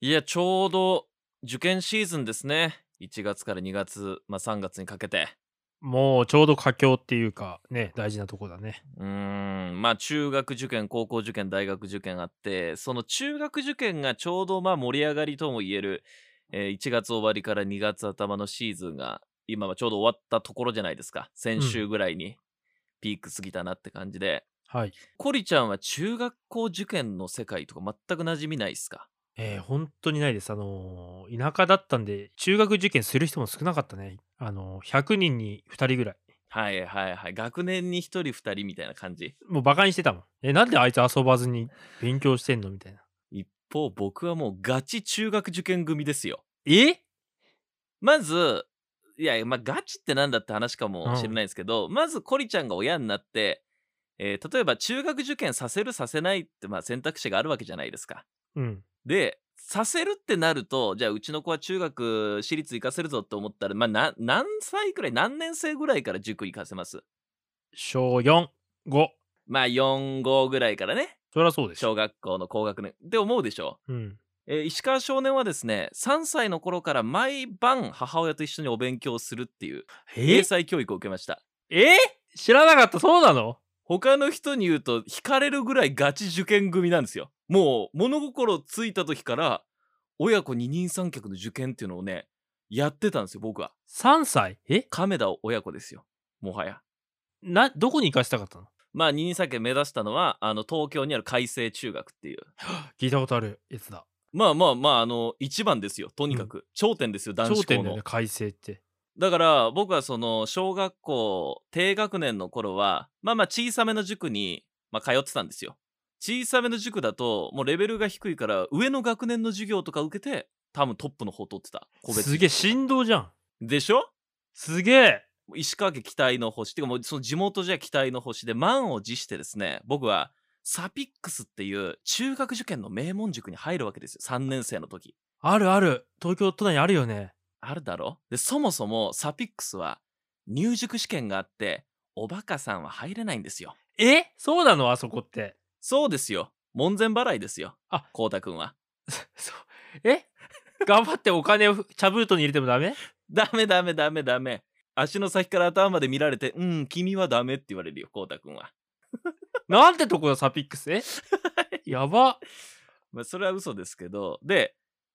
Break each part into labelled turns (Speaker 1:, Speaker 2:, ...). Speaker 1: いや、ちょうど受験シーズンですね。1月から2月、まあ、3月にかけて。
Speaker 2: もうちょうど佳境っていうか、ね、大事なとこだね。
Speaker 1: うーん、まあ、中学受験、高校受験、大学受験あって、その中学受験がちょうどまあ盛り上がりとも言える、えー1月終わりから2月頭のシーズンが、今はちょうど終わったところじゃないですか。先
Speaker 2: うん。
Speaker 1: 週ぐらいにピーク過ぎたなって感じで。
Speaker 2: はい。
Speaker 1: コリちゃんは中学校受験の世界とか全く馴染みないっすか
Speaker 2: えー本当にないです。あのー田舎だったんで、中学受験する人も少なかったね。あのー100人に2人ぐらい。
Speaker 1: はいはいはい。学年に1人2人みたいな感じ。
Speaker 2: もうバカにしてたもん。え、なんであいつ遊ばずに勉強してんのみたいな。
Speaker 1: 一方、僕はもうガチ中学受験組ですよ。
Speaker 2: え
Speaker 1: まず、いやいや、まあ、ガチってなんだって話か
Speaker 2: う
Speaker 1: もしれ
Speaker 2: ん。
Speaker 1: ないですけど、まずコリちゃんが親になって、えー例えば中学受験させるさせないって、まあ、選択肢があるわけじゃないですか。
Speaker 2: うん。
Speaker 1: で、させるってなると、じゃあうちの子は中学私立行かせるぞって思ったら、まあ、な何歳くらい、何年生ぐらいから塾行かせます
Speaker 2: 小4、5。
Speaker 1: まあ、4、5ぐらいからね、
Speaker 2: そりゃそうでしょ。
Speaker 1: 小学校の高学年って思うでしょ
Speaker 2: うん。
Speaker 1: えー石川少年はですね3歳の頃から毎晩母親と一緒にお勉強するっていう英
Speaker 2: え
Speaker 1: 才教育を受けました
Speaker 2: え知らなかった。そうなの
Speaker 1: 他の人に言うと惹かれるぐらいガチ受験組なんですよもう物心ついた時から親子二人三脚の受験っていうのをねやってたんですよ僕は
Speaker 2: ?3 歳え
Speaker 1: 亀田親子ですよもはや
Speaker 2: な、どこに行かせたかったの
Speaker 1: まあ二人三脚目指したのはあの東京にある開成中学っていう
Speaker 2: 聞いたことあるやつだ。
Speaker 1: まあまあまああの一番ですよとに
Speaker 2: う
Speaker 1: か
Speaker 2: ん。
Speaker 1: く頂点ですよ男
Speaker 2: 頂
Speaker 1: 子
Speaker 2: 点
Speaker 1: 校
Speaker 2: だよね、
Speaker 1: の
Speaker 2: 改正って。
Speaker 1: だから僕はその小学校低学年の頃はまあまあ小さめの塾に、まあ、通ってたんですよ小さめの塾だともうレベルが低いから上の学年の授業とか受けて多分トップの方取ってた個別
Speaker 2: す
Speaker 1: 授
Speaker 2: げえ、
Speaker 1: 業とか
Speaker 2: 振動じゃん。
Speaker 1: でしょ
Speaker 2: すげえ。
Speaker 1: 石川家期待の星っていうかもうその地元じゃ期待の星で満を持してですね僕はサピックスっていう中学受験の名門塾に入るわけですよ3年生の時
Speaker 2: あるある。東京都内にあるよね。
Speaker 1: あるだろで、そもそもサピックスは入塾試験があって、おバカさんは入れないんですよ。
Speaker 2: えそうなのあそこって。
Speaker 1: そうですよ。門前払いですよ。
Speaker 2: あ、
Speaker 1: こうたくんは。
Speaker 2: そう。え頑張ってお金を茶封筒に入れてもダメ
Speaker 1: ダメダメダメダメ。足の先から頭まで見られて、うん、君はダメって言われるよ、こうたくんは。
Speaker 2: なんてとこだ、サピックス。え やば。
Speaker 1: まあ、それは嘘ですけど。で、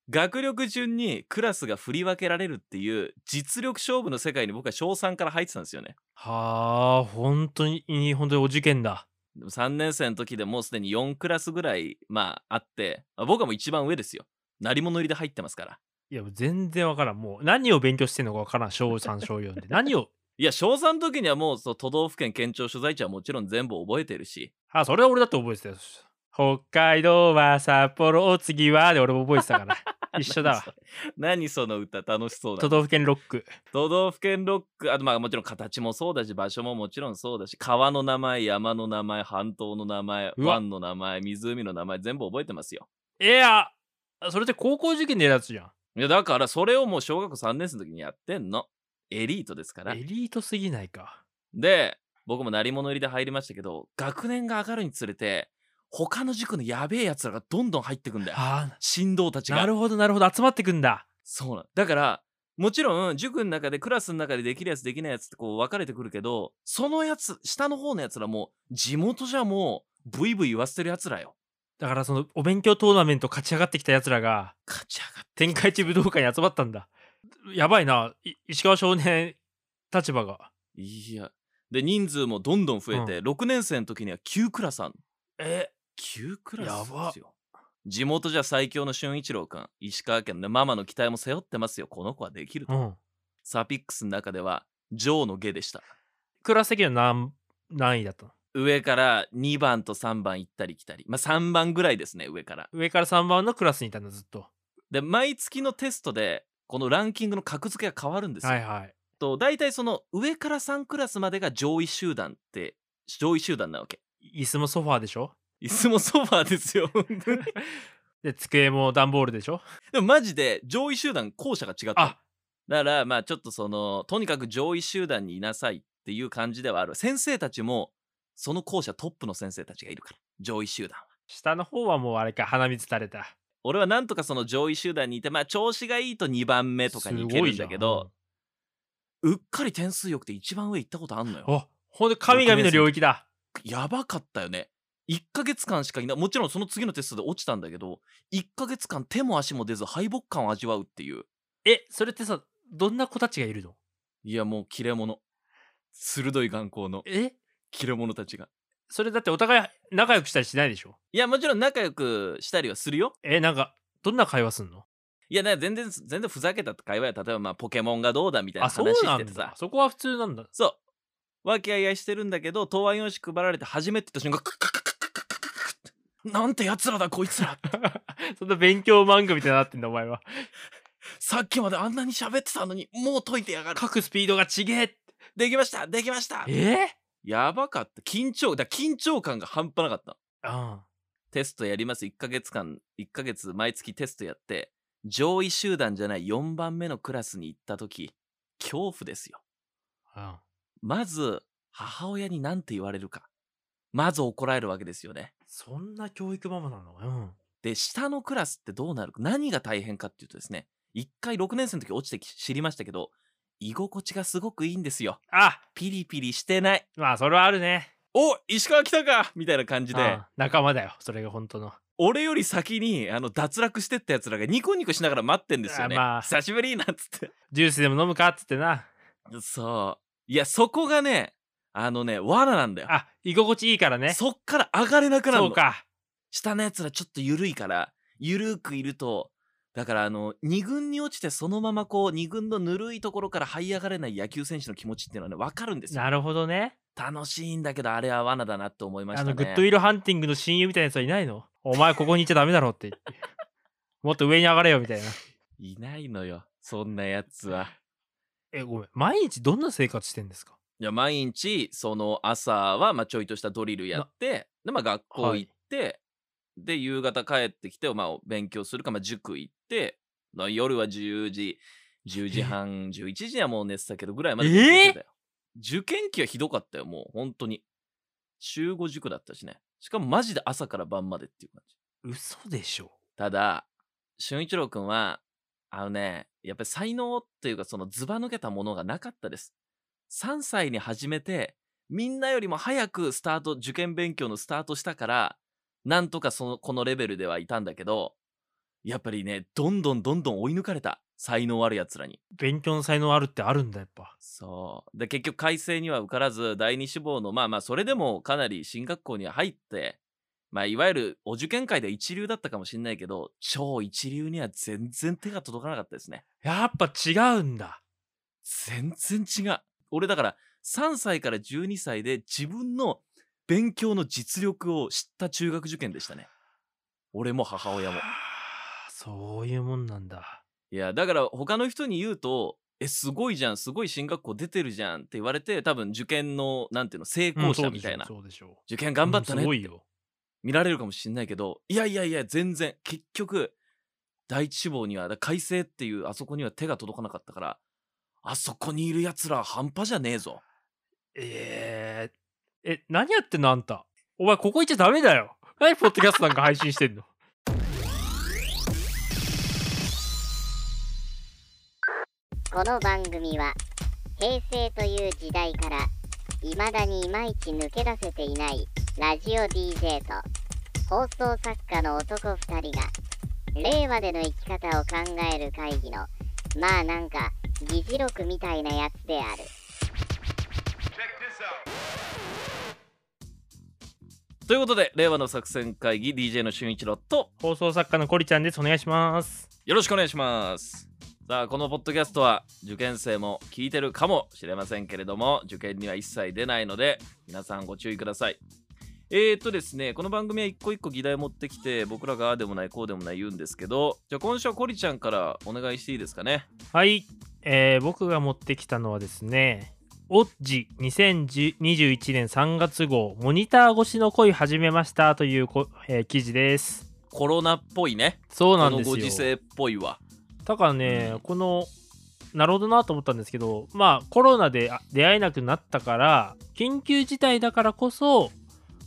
Speaker 1: 学力順にクラスが振り分けられるっていう実力勝負の世界に僕は小3から入ってたんですよね。
Speaker 2: はあ、本当に、本当にお受験だ。
Speaker 1: でも3年生の時でもうすでに4クラスぐらい、まあ、あって、まあ僕はもう一番上ですよ。鳴り物入りで入ってますから。
Speaker 2: いや、もう全然わからん。もう、何を勉強してんのかわからん。小3、小4で。何を、
Speaker 1: いや、小3の時にはもうその都道府県県庁所在地はもちろん全部覚えてるし、
Speaker 2: あ、それは俺だって覚えてたよ。北海道は札幌、お次は、で俺も覚えてたから。 一緒だ
Speaker 1: 何
Speaker 2: わ。
Speaker 1: それ、何その歌楽しそうだ
Speaker 2: 都
Speaker 1: な。
Speaker 2: 道府県ロック。
Speaker 1: 都道府県ロック、あとまあもちろん形もそうだし、場所ももちろんそうだし、川の名前、山の名前、半島の名前、
Speaker 2: うわ。
Speaker 1: 湾の名前、湖の名前、全部覚えてますよ。
Speaker 2: いや、それって高校受験でやるやつじゃん。
Speaker 1: いや、だからそれをもう小学校3年生の時にやってんの。エリートですから。
Speaker 2: エリートすぎないか。
Speaker 1: で、僕も鳴り物入りで入りましたけど、学年が上がるにつれて、他の塾のやべえやつらがどんどん入ってくんだよ。
Speaker 2: あ
Speaker 1: 神童たち
Speaker 2: あ、な
Speaker 1: が。
Speaker 2: るほど、なるほど。集まってくんだ。
Speaker 1: そうなんだから、もちろん塾の中でクラスの中でできるやつできないやつってこう分かれてくるけど、そのやつ、下の方のやつらも地元じゃもうブイブイ言わせてるやつらよ。
Speaker 2: だからそのお勉強トーナメント勝ち上がってきたやつらが、
Speaker 1: 勝ち上がってき
Speaker 2: 天
Speaker 1: た
Speaker 2: 下
Speaker 1: や
Speaker 2: 一
Speaker 1: つら。
Speaker 2: 武道館に集まったんだ。やばいな。い石川少年立場が。
Speaker 1: いや。で、人数もどんどん増
Speaker 2: う
Speaker 1: え
Speaker 2: ん。
Speaker 1: て、6年生の時には9クラスあんの
Speaker 2: え、
Speaker 1: 9クラ
Speaker 2: や
Speaker 1: スです
Speaker 2: ば。
Speaker 1: よ。地元じゃ最強の俊一郎くん、石川県のねママの期待も背負ってますよ。この子はできる
Speaker 2: う
Speaker 1: と。
Speaker 2: ん。
Speaker 1: サピックスの中では、ジョーの下でした。
Speaker 2: クラス的には何、何位だったの
Speaker 1: 上から2番と3番行ったり来たり。まあ3番ぐらいですね、上から。
Speaker 2: 上から3番のクラスにいたんだ、ずっと。
Speaker 1: で、毎月のテストで、このランキングの格付けが変わるんです
Speaker 2: はい
Speaker 1: よ。
Speaker 2: はい。
Speaker 1: と、大体その上から3クラスまでが上位集団って、上位集団なわけ。
Speaker 2: 椅子もソファーで しょ
Speaker 1: 椅子もソファーですよ、本当に。
Speaker 2: で、机も段ボールでしょ
Speaker 1: でもマジで上位集団校舎が違ったの。
Speaker 2: あ、
Speaker 1: だからまあちょっとそのとにかく上位集団にいなさいっていう感じではある。先生たちもその校舎トップの先生たちがいるから上位集団は。
Speaker 2: 下の方はもうあれか、鼻水垂れた。
Speaker 1: 俺はなんとかその上位集団にいてまあ調子がいいと2番目とかに行けるんだけどうっかり点数よくて一番上行ったことあんの
Speaker 2: す
Speaker 1: よ
Speaker 2: ごいじゃん。あほんと神々の領域だ。
Speaker 1: やばかったよね1ヶ月間しかいないもちろんその次のテストで落ちたんだけど1ヶ月間手も足も出ず敗北感を味わうっていう
Speaker 2: え、それってさ、どんな子たちがいるの
Speaker 1: いやもう切れ者鋭い眼光の
Speaker 2: え
Speaker 1: 切れ者たちが
Speaker 2: それだってお互い仲良くしたりしないでしょ
Speaker 1: いやもちろん仲良くしたりはするよ
Speaker 2: え、なんか、どんな会話すんの
Speaker 1: いやだから全然全然ふざけた会話や例えばまあポケモンがどうだみたいな
Speaker 2: あ、そう
Speaker 1: 話
Speaker 2: な
Speaker 1: して
Speaker 2: ん
Speaker 1: て
Speaker 2: だ
Speaker 1: さ。
Speaker 2: そこは普通なんだ。
Speaker 1: そう和気あいあいしてるんだけど答案用紙配られて初めて言った瞬間クックックックックックックックッなんてやつらだこいつら
Speaker 2: そんな勉強漫画みたいになってんだ、お前は。
Speaker 1: さっきまであんなに喋ってたのにもう解いてやがる
Speaker 2: 書くスピードがちげえ
Speaker 1: できましたできました
Speaker 2: え
Speaker 1: やばかった緊張だから緊張感が半端なかった
Speaker 2: あ
Speaker 1: テストやります1ヶ月間1ヶ月毎月テストやって上位集団じゃない4番目のクラスに行った時恐怖ですよ
Speaker 2: あ。
Speaker 1: まず母親に何て言われるかまず怒られるわけですよね
Speaker 2: そんな教育ママなのうん。
Speaker 1: で下のクラスってどうなるか何が大変かっていうとですね1回6年生の時落ちてき知りましたけど居心地がすごくいいんですよ
Speaker 2: あ
Speaker 1: ピリピリしてない
Speaker 2: まあ、それはあるね。
Speaker 1: お石川来たかみたいな感じで
Speaker 2: ああ仲間だよ、それが本当の。
Speaker 1: 俺より先にあの脱落してったやつらがニコニコしながら待ってんですよね、
Speaker 2: あまあ
Speaker 1: 久しぶりなんつって
Speaker 2: ジュースでも飲むかっつってな。
Speaker 1: そういやそこがねあのね罠なんだよ、
Speaker 2: あ、居心地いいからね。
Speaker 1: そっから上がれなくなる
Speaker 2: そう
Speaker 1: の
Speaker 2: か。
Speaker 1: 下のやつらちょっと緩いから緩くいるとだからあの2軍に落ちてそのままこう2軍のぬるいところから這い上がれない野球選手の気持ちっていうのはね分かるんですよ
Speaker 2: なるほどね。
Speaker 1: 楽しいんだけどあれは罠だなって思いました
Speaker 2: あ
Speaker 1: ね
Speaker 2: の、グッドウィルハンティングの親友みたいなやつはいないのお前ここにいちゃダメだろって言 って。もっと上に上がれよみたいな。
Speaker 1: いないのよそんなやつは
Speaker 2: え、ごめん。毎日どんな生活してんですか
Speaker 1: いや毎日その朝はまあちょいとしたドリルやってで、まあ、学校行って、で夕方帰ってきて、まあ、お勉強するか、まあ、塾行ってまあ夜は10時10時半11時にはもう寝てたけどぐらいまで勉強してたよ、受験期はひどかったよもう本当に週5塾だったしねしかもマジで朝から晩までっていう感じ
Speaker 2: 嘘でしょ。
Speaker 1: ただ俊一郎君はあのねやっぱり才能っていうかそのずば抜けたものがなかったです3歳に始めてみんなよりも早くスタート受験勉強のスタートしたからなんとかそのこのレベルではいたんだけどやっぱりねどんどんどんどん追い抜かれた才能あるやつらに
Speaker 2: 勉強の才能あるってあるんだ、やっぱ。
Speaker 1: そうで結局改正には受からず第二志望のまあまあそれでもかなり進学校には入ってまあいわゆるお受験界では一流だったかもしれないけど超一流には全然手が届かなかったですね
Speaker 2: やっぱ違うんだ。
Speaker 1: 全然違う俺だから3歳から12歳で自分の勉強の実力を知った中学受験でしたね俺も母親も
Speaker 2: はあそういうもんなんだ。
Speaker 1: いやだから他の人に言うと「えすごいじゃんすごい進学校出てるじゃん」って言われて多分受験のなんていうの成功者みたいな、
Speaker 2: そうでしょ
Speaker 1: 受験
Speaker 2: う。
Speaker 1: 頑張ったね
Speaker 2: うんす
Speaker 1: っ
Speaker 2: ご
Speaker 1: て
Speaker 2: いよ。
Speaker 1: 見られるかもしれないけど、いやいやいや全然結局第一志望にはだ改正っていうあそこには手が届かなかったからあそこにいるやつら半端じゃねえぞ
Speaker 2: えー、え、何やってんのあんた。お前ここ行っちゃダメだよ。何ポッドキャストなんか配信してんの
Speaker 3: この番組は平成という時代から未だにいまいち抜け出せていないラジオ DJ と放送作家の男2人が令和での生き方を考える会議のまあなんか議事録みたいなやつである。
Speaker 1: ということで令和の作戦会議 DJ の俊一郎と
Speaker 2: 放送作家のコリちゃんです。お願いします。
Speaker 1: よろしくお願いしますさあこのポッドキャストは受験生も聞いてるかもしれませんけれども受験には一切出ないので皆さんご注意くださいえー、っとですねこの番組は一個一個議題持ってきて僕らがああでもないこうでもない言うんですけどじゃあ今週はコリちゃんからお願いしていいですかね
Speaker 2: はい、えー僕が持ってきたのはですね、オッジ2021年3月号、モニター越しの恋始めましたというこ、えー記事です。
Speaker 1: コロナっぽいね
Speaker 2: そうな
Speaker 1: こ
Speaker 2: ん
Speaker 1: の
Speaker 2: ですよ。
Speaker 1: ご時世っぽいわ
Speaker 2: だからね、
Speaker 1: うん
Speaker 2: このなるほどなと思ったんですけどまあコロナであ出会えなくなったから緊急事態だからこそ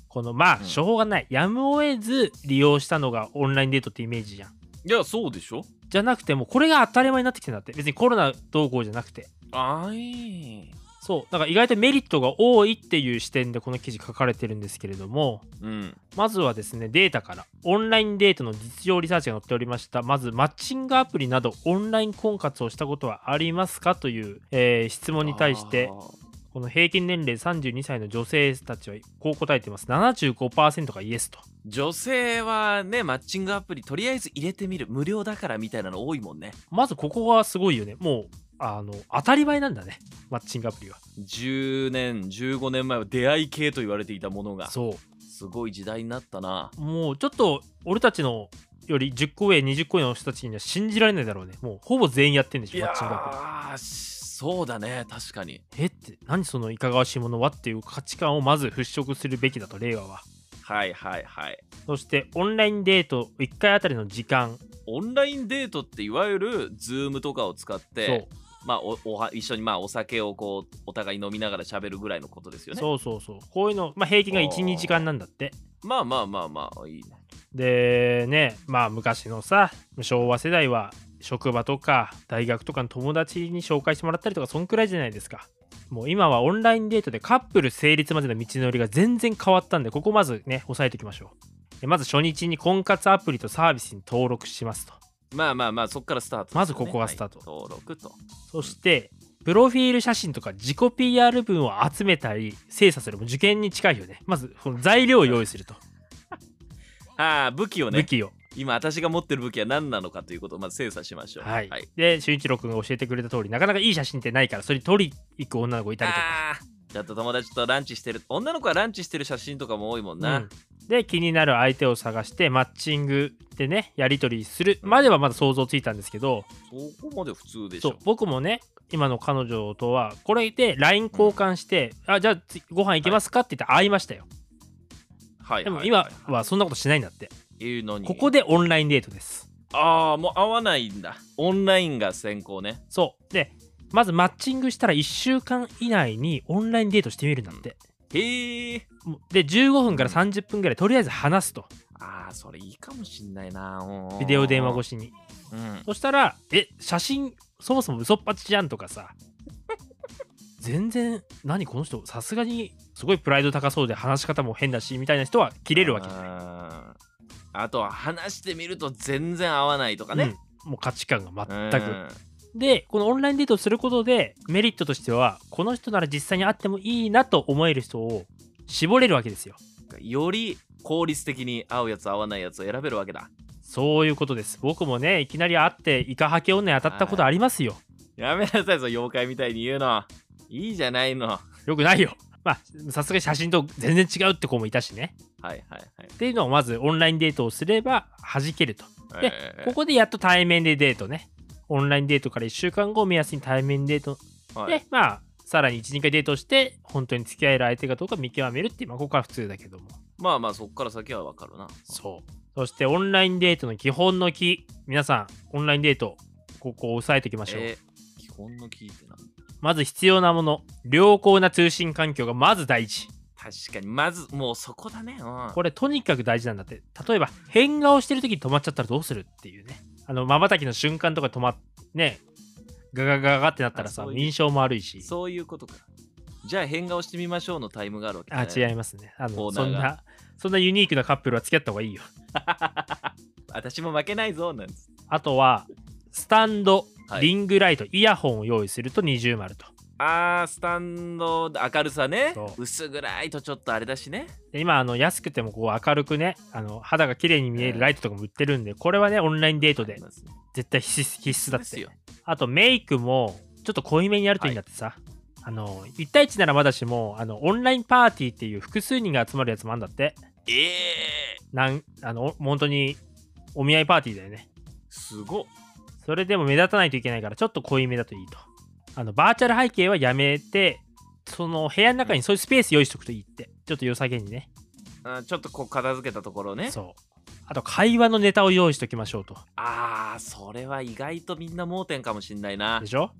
Speaker 2: このま
Speaker 1: うん
Speaker 2: あしょうがない、やむを得ず利用したのがオンラインデートってイメージじゃん
Speaker 1: いやそうでしょ
Speaker 2: じゃなくてもうこれが当たり前になってきてんだって別にコロナどうこうじゃなくて
Speaker 1: あい
Speaker 2: そうだから意外とメリットが多いっていう視点でこの記事書かれてるんですけれども
Speaker 1: うん
Speaker 2: まずはですねデータからオンラインデートの実情リサーチが載っておりましたまずマッチングアプリなどオンライン婚活をしたことはありますかという、えー質問に対して
Speaker 1: あー
Speaker 2: この平均年齢32歳の女性たちはこう答えてます75%がイエスと
Speaker 1: 女性はねマッチングアプリとりあえず入れてみる無料だからみたいなの多いもんね
Speaker 2: まずここがすごいよねもうあの当たり前なんだねマッチングアプリは
Speaker 1: 10年15年前は出会い系と言われていたものが
Speaker 2: そう
Speaker 1: すごい時代になったな
Speaker 2: もうちょっと俺たちのより10個上20個上の人たちには信じられないだろうねもうほぼ全員やってんでしょマッチングアプリ
Speaker 1: ーそうだね確かに
Speaker 2: えって何そのいかがわしいものはっていう価値観をまず払拭するべきだと令和は
Speaker 1: はいはいはい
Speaker 2: そしてオンラインデート1回あたりの時間
Speaker 1: オンラインデートっていわゆる Zoom とかを使っ
Speaker 2: そ
Speaker 1: てまあおおは一緒にまあお酒をこうお互い飲みながら喋るぐらいのことですよ
Speaker 2: う
Speaker 1: ね
Speaker 2: そうそうそうこういうの、まあ、平均が
Speaker 1: あー
Speaker 2: 12時間なんだって
Speaker 1: まあまあまあまあいいね
Speaker 2: でねまあ昔のさ昭和世代は職場とか大学とかの友達に紹介してもらったりとかそんくらいじゃないですかもう今はオンラインデートでカップル成立までの道のりが全然変わったんでここまずね押さえておきましょうでまず初日に婚活アプリとサービスに登録しますと
Speaker 1: まあまあまあそこからスタートですね、
Speaker 2: まずここがスタート
Speaker 1: はい登録と
Speaker 2: そしてプロフィール写真とか自己 PR 文を集めたり精査するもう受験に近いよねまずこの材料を用意すると、
Speaker 1: ああ武器をね
Speaker 2: 武器を
Speaker 1: 今私が持ってる武器は何なのかということをまず精査しましょう
Speaker 2: はい、
Speaker 1: はい、
Speaker 2: で俊一郎君が教えてくれた通りなかなかいい写真ってないからそれに撮り行く女の子いたりとか、
Speaker 1: あーちょっと友達とランチしてる女の子はランチしてる写真とかも多いもんな、
Speaker 2: うんで気になる相手を探してマッチングでねやり取りするまではまだ想像ついたんですけど
Speaker 1: そこまで普通でし
Speaker 2: そう
Speaker 1: ょ
Speaker 2: 僕もね今の彼女とはこれで LINE 交換して「あじゃあ次ご飯行けますか?」って言って会いましたよ
Speaker 1: はい
Speaker 2: でも
Speaker 1: い
Speaker 2: 今
Speaker 1: いい
Speaker 2: はそんなことしないんだって
Speaker 1: いうのに
Speaker 2: ここでオンラインデートです
Speaker 1: ああもう合わないんだオンラインが先行ね
Speaker 2: そうでまずマッチングしたら1週間以内にオンラインデートしてみるんだって、
Speaker 1: へえ
Speaker 2: もうで15分から30分ぐらいとりあえず話すと
Speaker 1: ああそれいいかもしんないな
Speaker 2: ビデオ電話越
Speaker 1: し、
Speaker 2: しに
Speaker 1: うん、
Speaker 2: そしたら「え写真そもそも嘘っぱちじゃん」とかさ 全然何この人さすがにすごいプライド高そうで話し方も変だしみたいな人は切れるわけじゃない
Speaker 1: あーあとは話してみると全然合わないとかね、
Speaker 2: うんもう価値観が
Speaker 1: うん、
Speaker 2: 全く、でこのオンラインデートをすることでメリットとしてはこの人なら実際に会ってもいいなと思える人を絞れるわけですよ
Speaker 1: より効率的に合うやつ合わないやつを選べるわけだ
Speaker 2: そういうことです。僕もね、いきなり会って、イカハケ女に当たったことありますよ。
Speaker 1: やめなさいその妖怪みたいに言うのいいじゃないのは
Speaker 2: よくないよ。まあ、さすがに写真と全然違うって子もいたしね。
Speaker 1: いはいはい
Speaker 2: っていうのをまずオンラインデートをすれば弾けると。で
Speaker 1: えー
Speaker 2: ここでやっと対面でデートね。オンラインデートから1週間後を目安に対面デート。
Speaker 1: はい
Speaker 2: で、まあ、さらに1、2回デートして、本当に付き合える相手がどうか見極めるっていう、まあ、ここから普通だけども。
Speaker 1: まあまあそっから先はわかるな
Speaker 2: そう。そしてオンラインデートの基本の木。皆さん、オンラインデート、ここを押さえておきましょう。
Speaker 1: えー基本の聞いてな
Speaker 2: まず必要なもの良好な通信環境がまず大事
Speaker 1: 確かにまずもうそこだねうん
Speaker 2: これとにかく大事なんだって例えば変顔してる時に止まっちゃったらどうするっていうねあのまばたきの瞬間とか止まっねガガガガガってなったら
Speaker 1: あ
Speaker 2: さ
Speaker 1: そういう
Speaker 2: 印象も悪いし
Speaker 1: そういうことかじゃあ変顔してみましょうのタイムがあるわけ
Speaker 2: あ
Speaker 1: だね
Speaker 2: 違いますねあ
Speaker 1: コー
Speaker 2: の
Speaker 1: ナ
Speaker 2: そ
Speaker 1: ー
Speaker 2: ん
Speaker 1: が
Speaker 2: なそんなユニークなカップルは付き合った方がいいよ
Speaker 1: 私も負けないぞなんです
Speaker 2: あとはスタンド、
Speaker 1: はい
Speaker 2: リングライトイヤホンを用意すると二重丸と
Speaker 1: あースタンド明るさね
Speaker 2: そう
Speaker 1: 薄暗いとちょっとあれだしね
Speaker 2: で今あの安くてもこう明るくねあの肌が綺麗に見えるライトとかも売ってるんでこれはねオンラインデー
Speaker 1: あ
Speaker 2: トで
Speaker 1: ります
Speaker 2: 絶対必須必須だっ
Speaker 1: で
Speaker 2: て
Speaker 1: すよ
Speaker 2: あとメイクもちょっと濃いめにやるといいんだってさ、あの1対1ならまだしもあのオンラインパーティーっていう複数人が集まるやつもあるんだって
Speaker 1: ええ
Speaker 2: なんあの本当にお見合いパーティーだよね
Speaker 1: すごっ
Speaker 2: それでも目立たないといけないからちょっと濃いめだといいとあのバーチャル背景はやめてその部屋の中にそういうスペース用意しとくといいってちょっと良さげにね
Speaker 1: あちょっとこう片付けたところね
Speaker 2: そうあと会話のネタを用意しときましょうと
Speaker 1: あーそれは意外とみんな盲点かもしんないな
Speaker 2: でしょ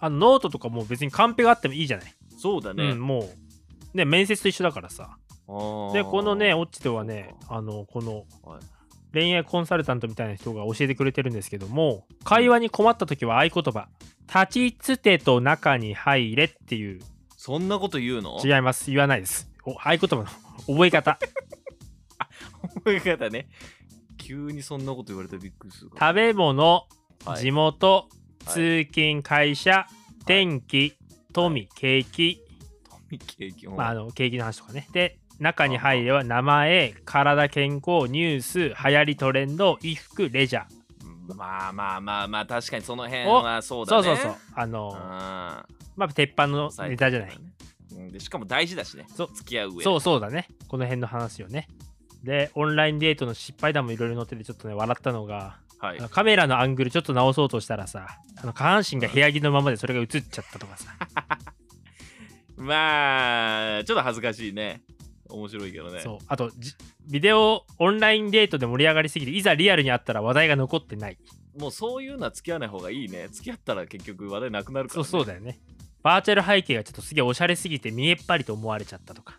Speaker 2: あのノートとかもう別にカンペがあってもいいじゃない、
Speaker 1: そうだね、
Speaker 2: うんもうね面接と一緒だからさ
Speaker 1: あー
Speaker 2: でこのねオッチではねあのこの
Speaker 1: はい
Speaker 2: 恋愛コンサルタントみたいな人が教えてくれてるんですけども会話に困った時は合言葉「立ちつてと中に入れ」っていう
Speaker 1: そんなこと言うの
Speaker 2: 違います言わないですお合言葉の覚 え方
Speaker 1: 覚え方ね 急にそんなこと言われたらびっくりするから
Speaker 2: 食べ物
Speaker 1: はい
Speaker 2: 地元、
Speaker 1: はい
Speaker 2: 通勤会社天気富景気、
Speaker 1: 富景気
Speaker 2: まあ、あの景気の話とかねで中に入れは名前体健康ニュース流行りトレンド衣服レジャー
Speaker 1: うんまあまあまあまあ確かにその辺
Speaker 2: お
Speaker 1: はそう
Speaker 2: そ
Speaker 1: だ
Speaker 2: う
Speaker 1: ね
Speaker 2: そうそうあの
Speaker 1: あ
Speaker 2: まあ鉄板の
Speaker 1: ー
Speaker 2: ネタじゃない、
Speaker 1: うんでしかも大事だしね
Speaker 2: そう
Speaker 1: 付き合う上で
Speaker 2: そうそうだねこの辺の話よねでオンラインデートの失敗談もいろいろ載っててちょっとね笑ったのが
Speaker 1: はい
Speaker 2: あのカメラのアングルちょっと直そうとしたらさあの下半身が部屋着のままでそれが映っちゃったとかさ
Speaker 1: まあちょっと恥ずかしいね面白いけどね
Speaker 2: そうあとじビデオオンラインデートで盛り上がりすぎていざリアルにあったら話題が残ってない
Speaker 1: もうそういうのは付き合わない方がいいね付き合ったら結局話題なくなるから、
Speaker 2: そう
Speaker 1: ね、
Speaker 2: そうだよねバーチャル背景がちょっとすげえおしゃれすぎて見えっぱりと思われちゃったとか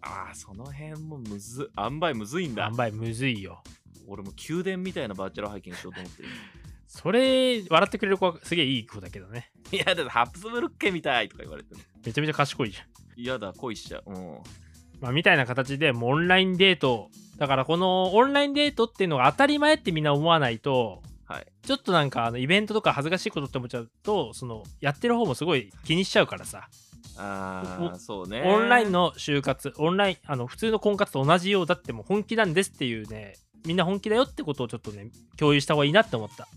Speaker 1: ああその辺もむず塩梅むずいんだ
Speaker 2: 何倍むずいよ
Speaker 1: 俺も宮殿みたいなバーチャルハイキングしようと思ってる
Speaker 2: それ笑ってくれる子はすげえいい子だけどね
Speaker 1: いやだってハプスブルッケみたいとか言われても
Speaker 2: めちゃめちゃ賢いじゃん
Speaker 1: 嫌だ恋しちゃううん
Speaker 2: まあ、みたいな形でもうオンラインデートだからこのオンラインデートっていうのが当たり前ってみんな思わないと、
Speaker 1: はい
Speaker 2: ちょっとなんかあのイベントとか恥ずかしいことって思っちゃうとそのやってる方もすごい気にしちゃうからさ、
Speaker 1: ああそうね
Speaker 2: オンラインの就活オンラインあの普通の婚活と同じようだってもう本気なんですっていうねみんな本気だよってことをちょっとね共有した方がいいなって思った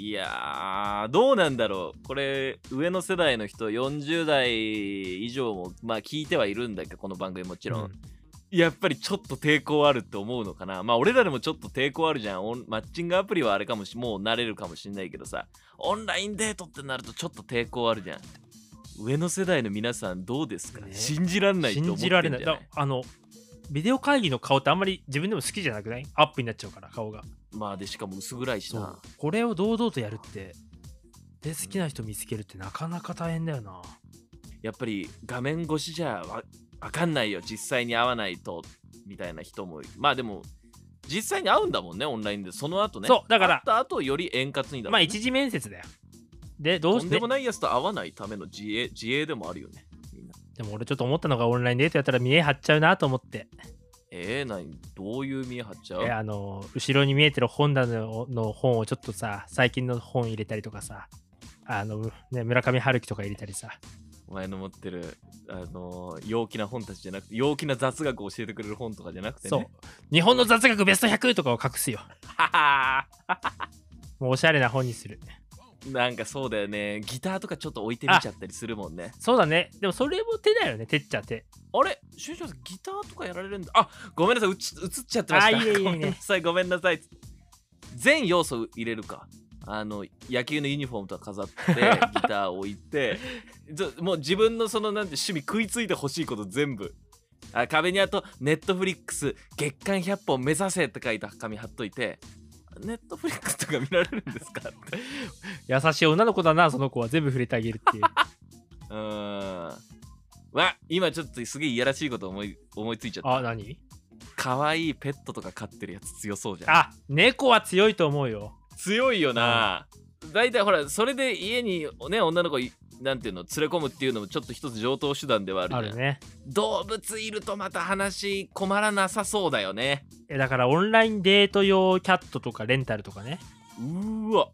Speaker 1: いやーどうなんだろうこれ上の世代の人40代以上もまあ聞いてはいるんだけどこの番組もちろん、
Speaker 2: うん
Speaker 1: やっぱりちょっと抵抗あるって思うのかなまあ俺らでもちょっと抵抗あるじゃんオンマッチングアプリはあれかもしもう慣れるかもしんないけどさオンラインデートってなるとちょっと抵抗あるじゃん上の世代の皆さんどうですか、
Speaker 2: ね
Speaker 1: 信じられないと思
Speaker 2: 信
Speaker 1: ってん
Speaker 2: じ
Speaker 1: じゃ
Speaker 2: ら
Speaker 1: な
Speaker 2: れ
Speaker 1: い
Speaker 2: ないだあのビデオ会議の顔ってあんまり自分でも好きじゃなくないアップになっちゃうから顔が
Speaker 1: まあでしかも薄暗いし
Speaker 2: そう
Speaker 1: な
Speaker 2: これを堂々とやるってで好きな人見つけるってなかなか大変だよな
Speaker 1: やっぱり画面越しじゃわわかんないよ実際に会わないとみたいな人もまあでも実際に会うんだもんねオンラインでその後ね
Speaker 2: そうだから
Speaker 1: 会った後より円滑にだもんね、
Speaker 2: まあ一次面接だよでどう
Speaker 1: と
Speaker 2: し
Speaker 1: ん
Speaker 2: て
Speaker 1: で
Speaker 2: で
Speaker 1: もないやつと会わないための自衛自衛でもあるよねみんな
Speaker 2: も俺ちょっと思ったのがオンラインデートやったら見え張っちゃうなと思って
Speaker 1: えー、何どういう見え張っちゃう
Speaker 2: えあの後ろに見えてる本棚のの本をちょっとさ最近の本入れたりとかさあの、ね、村上春樹とか入れたりさ
Speaker 1: お前の持ってる、あのー陽気な本たちじゃなくて陽気な雑学を教えてくれる本とかじゃなくてね
Speaker 2: そう日本の雑学ベスト100とかを隠すよ
Speaker 1: はは
Speaker 2: もうおしゃれな本にする
Speaker 1: ーなんかそうだよねギターとかちょっと置いてみちゃったりするもんね
Speaker 2: そうだねでもそれも手だよね手っちゃ手
Speaker 1: あれしゅうちゃんさんギターとかやられるんだあごめんなさいうち映っちゃってました
Speaker 2: あいいねいいね
Speaker 1: ごめんなさいごめんなさい全要素入れるかあの野球のユニフォームとか飾って ギター置いてずもう自分のそのなんて趣味食いついてほしいこと全部あ壁にあと「ネットフリックス月間100本目指せ」って書いた紙貼っといて「ネットフリックスとか見られるんですか?」って
Speaker 2: 優しい女の子だなその子は全部触れてあげるっていう
Speaker 1: うーんわ今ちょっとすげえいやらしいこと思い思いついちゃった
Speaker 2: あ何
Speaker 1: 可愛いペットとか飼ってるやつ強そうじゃん
Speaker 2: あ猫は強いと思うよ
Speaker 1: 強いよな、大体ほらそれで家にね女の子いなんていうの連れ込むっていうのもちょっと一つ上等手段ではあるじゃ
Speaker 2: あ
Speaker 1: ん
Speaker 2: るね
Speaker 1: 動物いるとまた話困らなさそうだよね
Speaker 2: えだからオンラインデート用キャットとかレンタルとかね
Speaker 1: うーわ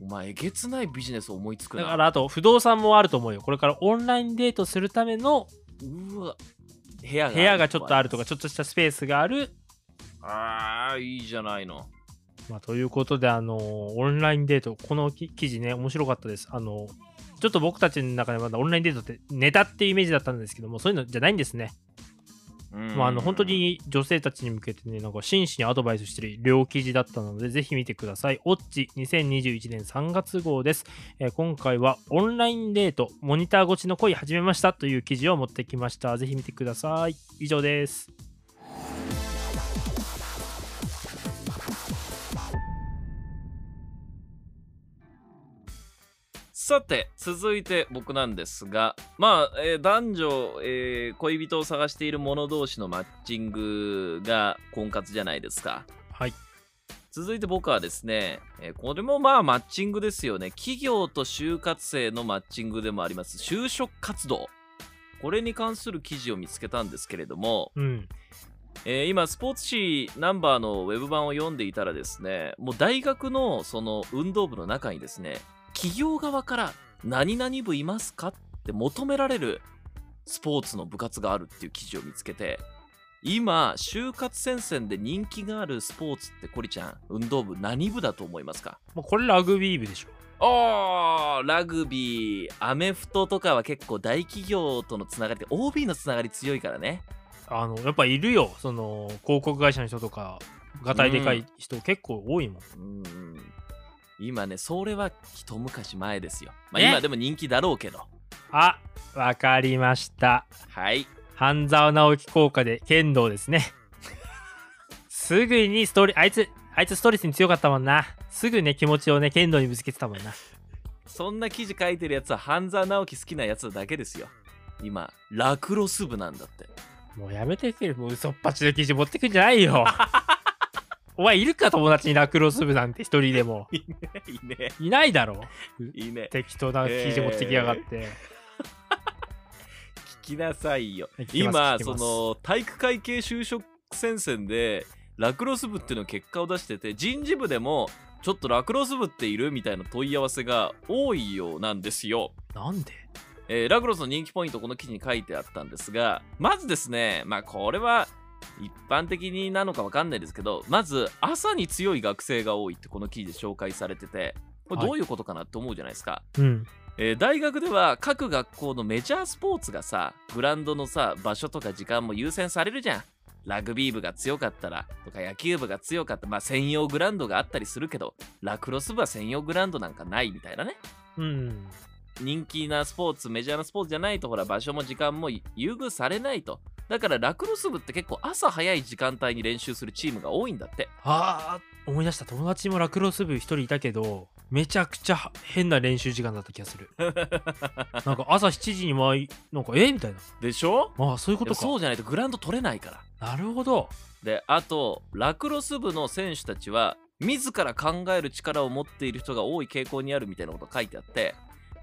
Speaker 1: お前えげつないビジネス思いつくな
Speaker 2: だからあと不動産もあると思うよこれからオンラインデートするための
Speaker 1: うーわ部屋が
Speaker 2: 部屋がちょっとあるとか
Speaker 1: か
Speaker 2: ちょっとしたスペースがある、
Speaker 1: あーいいじゃないの
Speaker 2: まあ、ということであのオンラインデートこのき記事ね面白かったですあのちょっと僕たちの中でまだオンラインデートってネタっていうイメージだったんですけどもそういうのじゃないんですね、
Speaker 1: うん
Speaker 2: まあ、あの本当に女性たちに向けてねなんか真摯にアドバイスしてる両記事だったのでぜひ見てください「オッチ2021年3月号」です、えー今回は「オンラインデートモニター越しの恋始めました」という記事を持ってきましたぜひ見てください以上です
Speaker 1: さて続いて僕なんですがまあ、えー男女、えー恋人を探している者同士のマッチングが婚活じゃないですか
Speaker 2: はい
Speaker 1: 続いて僕はですね、えーこれもまあマッチングですよね。企業と就活生のマッチングでもあります、就職活動。これに関する記事を見つけたんですけれども、
Speaker 2: うん。
Speaker 1: えー今スポーツ紙ナンバーのウェブ版を読んでいたらですねもう大学のその運動部の中にですね企業側から何々部いますかって求められるスポーツの部活があるっていう記事を見つけて今就活戦線で人気があるスポーツってコリちゃん運動部何部だと思いますか
Speaker 2: もうこれラグビー部でしょ。
Speaker 1: あーラグビーアメフトとかは結構大企業とのつながりって OB のつながり強いからね
Speaker 2: あの、やっぱいるよ。その、広告会社の人とか、がたいでかい人結構多いもん。
Speaker 1: うんうん今ねそれは一昔前ですよ、まあ、
Speaker 2: ね
Speaker 1: 今でも人気だろうけど
Speaker 2: あ、わかりました。
Speaker 1: はい
Speaker 2: 半沢直樹効果で剣道ですね。すぐにストーリー、あいつ、あいつストレスに強かったもんな。すぐね、気持ちをね、剣道にぶつけてたもんな。
Speaker 1: そんな記事書いてるやつは半沢直樹好きなやつだけですよ今ラクロス部なんだって
Speaker 2: もうやめてくれ。もう嘘っぱちの記事持ってくんじゃないよ。お前いるか友達にラクロス部なんて一人でも。
Speaker 1: いいね
Speaker 2: いないだろ。
Speaker 1: いい ね
Speaker 2: 適当な記事持ってきやがって。
Speaker 1: 聞きなさいよ
Speaker 2: 聞きま
Speaker 1: 今
Speaker 2: す
Speaker 1: そ
Speaker 2: 聞きます
Speaker 1: の体育会系就職戦線でラクロス部っていうの結果を出してて人事部でもちょっとラクロス部っているみたいな問い合わせが多いようなんですよ
Speaker 2: なんで
Speaker 1: えーラクロスの人気ポイントこの記事に書いてあったんですがまずですねまあこれは一般的になのかわかんないですけどまず朝に強い学生が多いってこの記事で紹介されててこれどういうことかなって思うじゃないですか、
Speaker 2: うん。
Speaker 1: えー大学では各学校のメジャースポーツがさグラウンドのさ場所とか時間も優先されるじゃんラグビー部が強かったらとか野球部が強かったまあ専用グラウンドがあったりするけどラクロス部は専用グラウンドなんかないみたいなね
Speaker 2: うん。
Speaker 1: 人気なスポーツメジャーなスポーツじゃないとほら場所も時間も優遇されないとだからラクロス部って結構朝早い時間帯に練習するチームが多いんだって
Speaker 2: ああ、思い出した。友達もラクロス部一人いたけど、めちゃくちゃ変な練習時間だった気が する。なんか朝7時に毎、なんか、えみたいな。
Speaker 1: でしょ
Speaker 2: ああ、そういうことか。
Speaker 1: そうじゃないとグラウンド取れないから
Speaker 2: なるほど。
Speaker 1: であとラクロス部の選手たちは自ら考える力を持っている人が多い傾向にあるみたいなこと書いてあって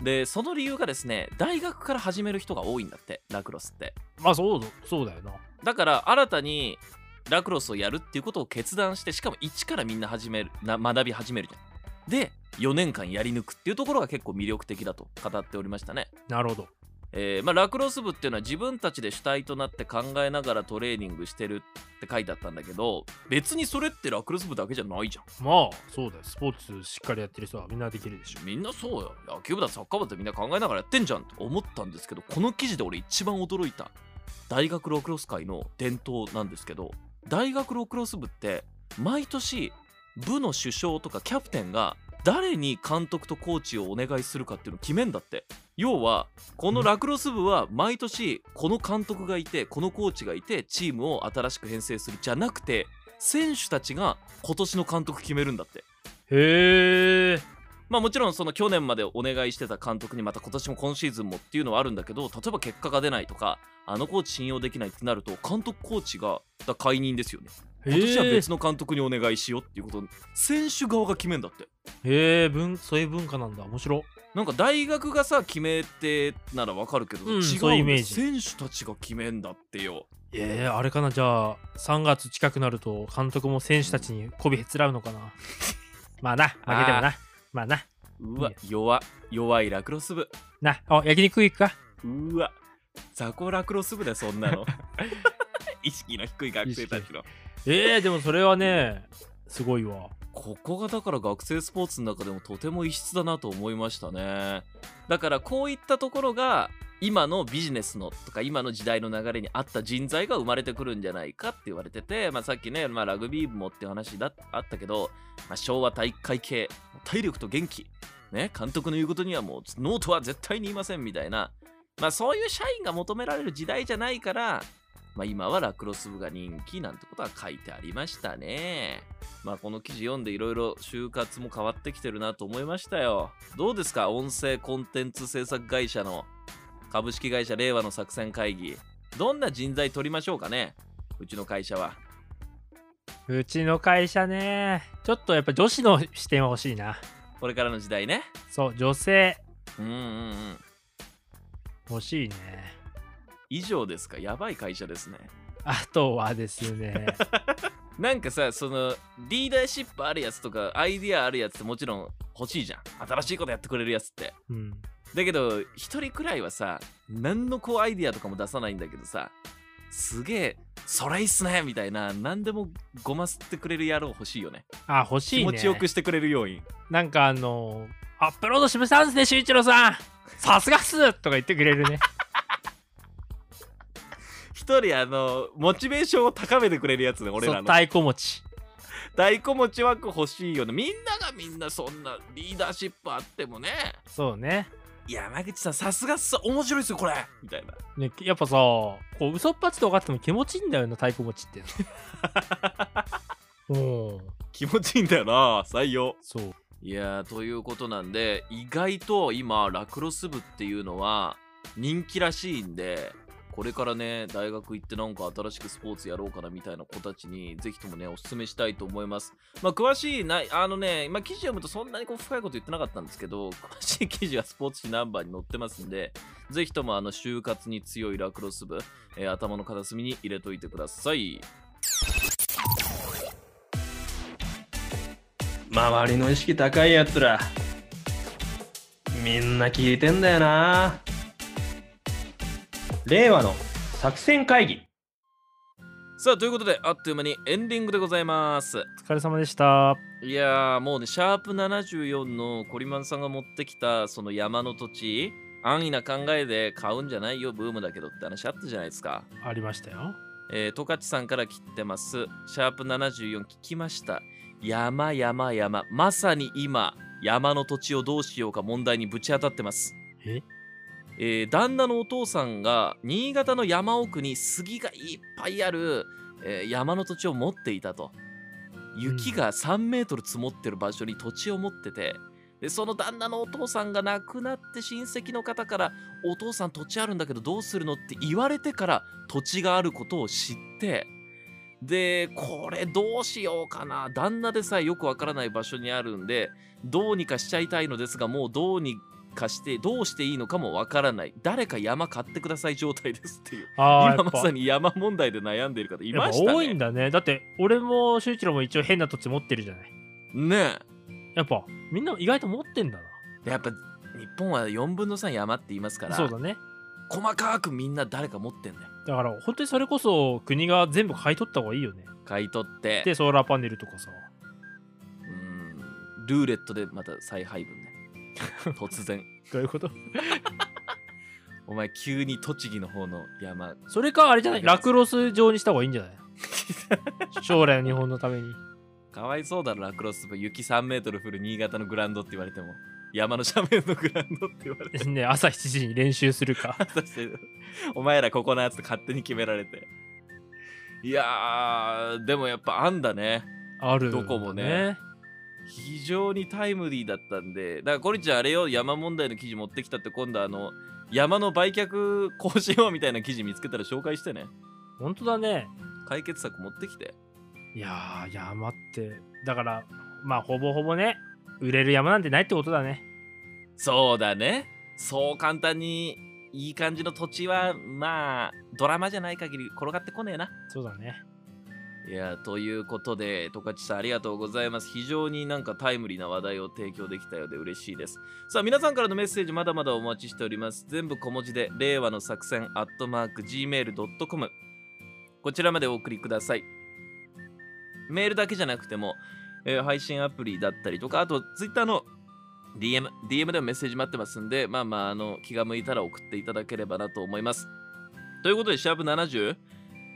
Speaker 1: でその理由がですね大学から始める人が多いんだってラクロスって
Speaker 2: まあ、そうだ、そうだよな。
Speaker 1: だから新たにラクロスをやるっていうことを決断してしかも一からみんな始めるな学び始めるじゃんで4年間やり抜くっていうところが結構魅力的だと語っておりましたね、
Speaker 2: なるほど。
Speaker 1: えーまあ、ラクロス部っていうのは自分たちで主体となって考えながらトレーニングしてるって書いてあったんだけど別にそれってラクロス部だけじゃないじゃん
Speaker 2: まあ、そうだよ。スポーツしっかりやってる人はみんなできるでしょ。
Speaker 1: みんなそうよ野球部だサッカー部だってみんな考えながらやってんじゃんと思ったんですけどこの記事で俺一番驚いた大学ロクロス界の伝統なんですけど大学ロクロス部って毎年部の主将とかキャプテンが誰に監督とコーチをお願いするかっていうのを決めんだって要はこのラクロス部は毎年この監督がいてこのコーチがいてチームを新しく編成するじゃなくて選手たちが今年の監督決めるんだって
Speaker 2: へえ。
Speaker 1: まあもちろんその去年までお願いしてた監督にまた今年も今シーズンもっていうのはあるんだけど例えば結果が出ないとかあのコーチ信用できないってなると監督コーチがだ解任ですよね今年は
Speaker 2: へえ
Speaker 1: 別の監督にお願いしようっていうことを選手側が決めんだって
Speaker 2: へえ、文そういう文化なんだ。面白。
Speaker 1: なんか大学がさ決めてならわかるけど、
Speaker 2: うん
Speaker 1: 違う
Speaker 2: そういうイメージ
Speaker 1: 選手たちが決めんだってよ
Speaker 2: えー、あれかなじゃあ3月近くなると監督も選手たちに媚びへつらうのかな まあな負けてもなまあな
Speaker 1: うわ
Speaker 2: いい
Speaker 1: 弱弱いラクロス部
Speaker 2: なあ焼肉行くか
Speaker 1: うわ雑魚ラクロス部だよそんな の意識の低い学生たちの
Speaker 2: えー、でもそれはねすごいわ
Speaker 1: ここがだから学生スポーツの中でもとても異質だなと思いましたねだからこういったところが今のビジネスのとか今の時代の流れに合った人材が生まれてくるんじゃないかって言われてて、まあ、さっきね、まあ、ラグビー部もっていう話だあったけど、まあ、昭和体育会系体力と元気、ね、監督の言うことにはもうノートは絶対に言いませんみたいな、まあ、そういう社員が求められる時代じゃないから、まあ、今はラクロス部が人気なんてことは書いてありましたね。まあこの記事読んでいろいろ就活も変わってきてるなと思いましたよ。どうですか音声コンテンツ制作会社の株式会社令和の作戦会議。どんな人材取りましょうかねうちの会社は。
Speaker 2: うちの会社ねちょっとやっぱ女子の視点は欲しいな
Speaker 1: これからの時代ね
Speaker 2: そう女性
Speaker 1: うんうんうん
Speaker 2: 欲しいね
Speaker 1: 以上ですかやばい会社ですね
Speaker 2: あとはです ね
Speaker 1: なんかさそのリーダーシップあるやつとかアイディアあるやつってもちろん欲しいじゃん新しいことやってくれるやつって
Speaker 2: うん
Speaker 1: だけど一人くらいはさ何のこうアイディアとかも出さないんだけどさすげえそれいいっすねみたいな何でもごますってくれる野郎欲しいよね
Speaker 2: あ欲しいね
Speaker 1: 気持ちよくしてくれる要因
Speaker 2: なんかあのアップロードしましたんですね秀一郎さんさすがっすとか言ってくれ るね
Speaker 1: 一人あのモチベーションを高めてくれるやつね俺
Speaker 2: そ
Speaker 1: ら
Speaker 2: う
Speaker 1: の
Speaker 2: 太鼓持ち
Speaker 1: 太鼓持ち枠欲しいよねみんながみんなそんなリーダーシップあってもね
Speaker 2: そうね
Speaker 1: 山口さんさすがっす面白いっすよこれみたいな
Speaker 2: ねやっぱさこう嘘っぱちと分かっても気持ちいいんだよな太鼓持ちって うん
Speaker 1: 気持ちいいんだよな採用
Speaker 2: そう
Speaker 1: いやーということなんで意外と今ラクロス部っていうのは人気らしいんでこれからね大学行ってなんか新しくスポーツやろうかなみたいな子たちにぜひともねおすすめしたいと思いますまあ詳しいないあのね今記事読むとそんなにこう深いこと言ってなかったんですけど 詳しい記事はスポーツ紙ナンバーに載ってますんでぜひともあの就活に強いラクロス部、えー頭の片隅に入れといてください
Speaker 4: 周りの意識高いやつらみんな聞いてんだよな令和の作戦会議
Speaker 1: さあということであっという間にエンディングでございます
Speaker 2: お疲れ様でした
Speaker 1: いやーもうねシャープ74のコリマンさんが持ってきたその山の土地安易な考えで買うんじゃないよブームだけどって話あったじゃないですか
Speaker 2: ありましたよ
Speaker 1: えー、トカチさんから切ってますシャープ74聞きました山山山まさに今山の土地をどうしようか問題にぶち当たってます
Speaker 2: え
Speaker 1: えー旦那のお父さんが新潟の山奥に杉がいっぱいある、えー山の土地を持っていたと雪が3メートル積もってる場所に土地を持っててでその旦那のお父さんが亡くなって親戚の方から「お父さん土地あるんだけどどうするの?」って言われてから土地があることを知ってでこれどうしようかな旦那でさえよくわからない場所にあるんでどうにかしちゃいたいのですがもうどうにかしてどうしていいのかもわからない誰か山買ってください状態ですっていう
Speaker 2: あー
Speaker 1: 今まさ
Speaker 2: やっ
Speaker 1: に山問題で悩んでいる方い
Speaker 2: ぱ
Speaker 1: ましたね
Speaker 2: 多いんだねだって俺も秀一郎も一応変な土地持ってるじゃない
Speaker 1: ね
Speaker 2: やっぱみんな意外と持ってんだな
Speaker 1: えやっぱ日本は4分の3山って言いますから
Speaker 2: そうだね
Speaker 1: 細かくみんな誰か持ってんだよ
Speaker 2: だから本当にそれこそ国が全部買い取った方がいいよね
Speaker 1: 買い取って
Speaker 2: でソーラーパネルとかさ
Speaker 1: うんルーレットでまた再配分ね突然
Speaker 2: どういうこと
Speaker 1: お前急に栃木の方の山
Speaker 2: それかあれじゃないラクロス状にした方がいいんじゃない 将来の日本のために
Speaker 1: かわいそうだろラクロス部雪3メートル降る新潟のグラウンドって言われても山の斜面のグラウンドって言われて
Speaker 2: ね朝7時に練習する か
Speaker 1: 果たしてお前らここのやつ勝手に決められていやーでもやっぱあんだね
Speaker 2: あるんだ
Speaker 1: どこもね非常にタイムリーだったんでだからコリちゃんあれよ山問題の記事持ってきたって今度あの山の売却こうしようみたいな記事見つけたら紹介してね
Speaker 2: 本当だね
Speaker 1: 解決策持ってきて
Speaker 2: いやー山ってだからまあほぼほぼね売れる山なんてないってことだね
Speaker 1: そうだねそう簡単にいい感じの土地はまあドラマじゃない限り転がってこねえな
Speaker 2: そうだね
Speaker 1: いやということで十勝さんありがとうございます非常になんかタイムリーな話題を提供できたようで嬉しいですさあ皆さんからのメッセージまだまだお待ちしております全部小文字で令和の作戦アットマーク Gmail.com こちらまでお送りくださいメールだけじゃなくても、えー配信アプリだったりとかあと Twitter の DM, DM でもメッセージ待ってますんでまあまああの気が向いたら送っていただければなと思いますということでシャープ70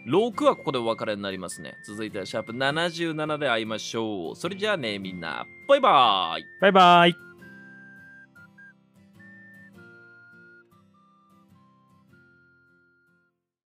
Speaker 1: ロークはここでお別れになりますね。続いてはシャープ77で会いましょう。それじゃあね、みんな、バイバーイ
Speaker 2: バイバイ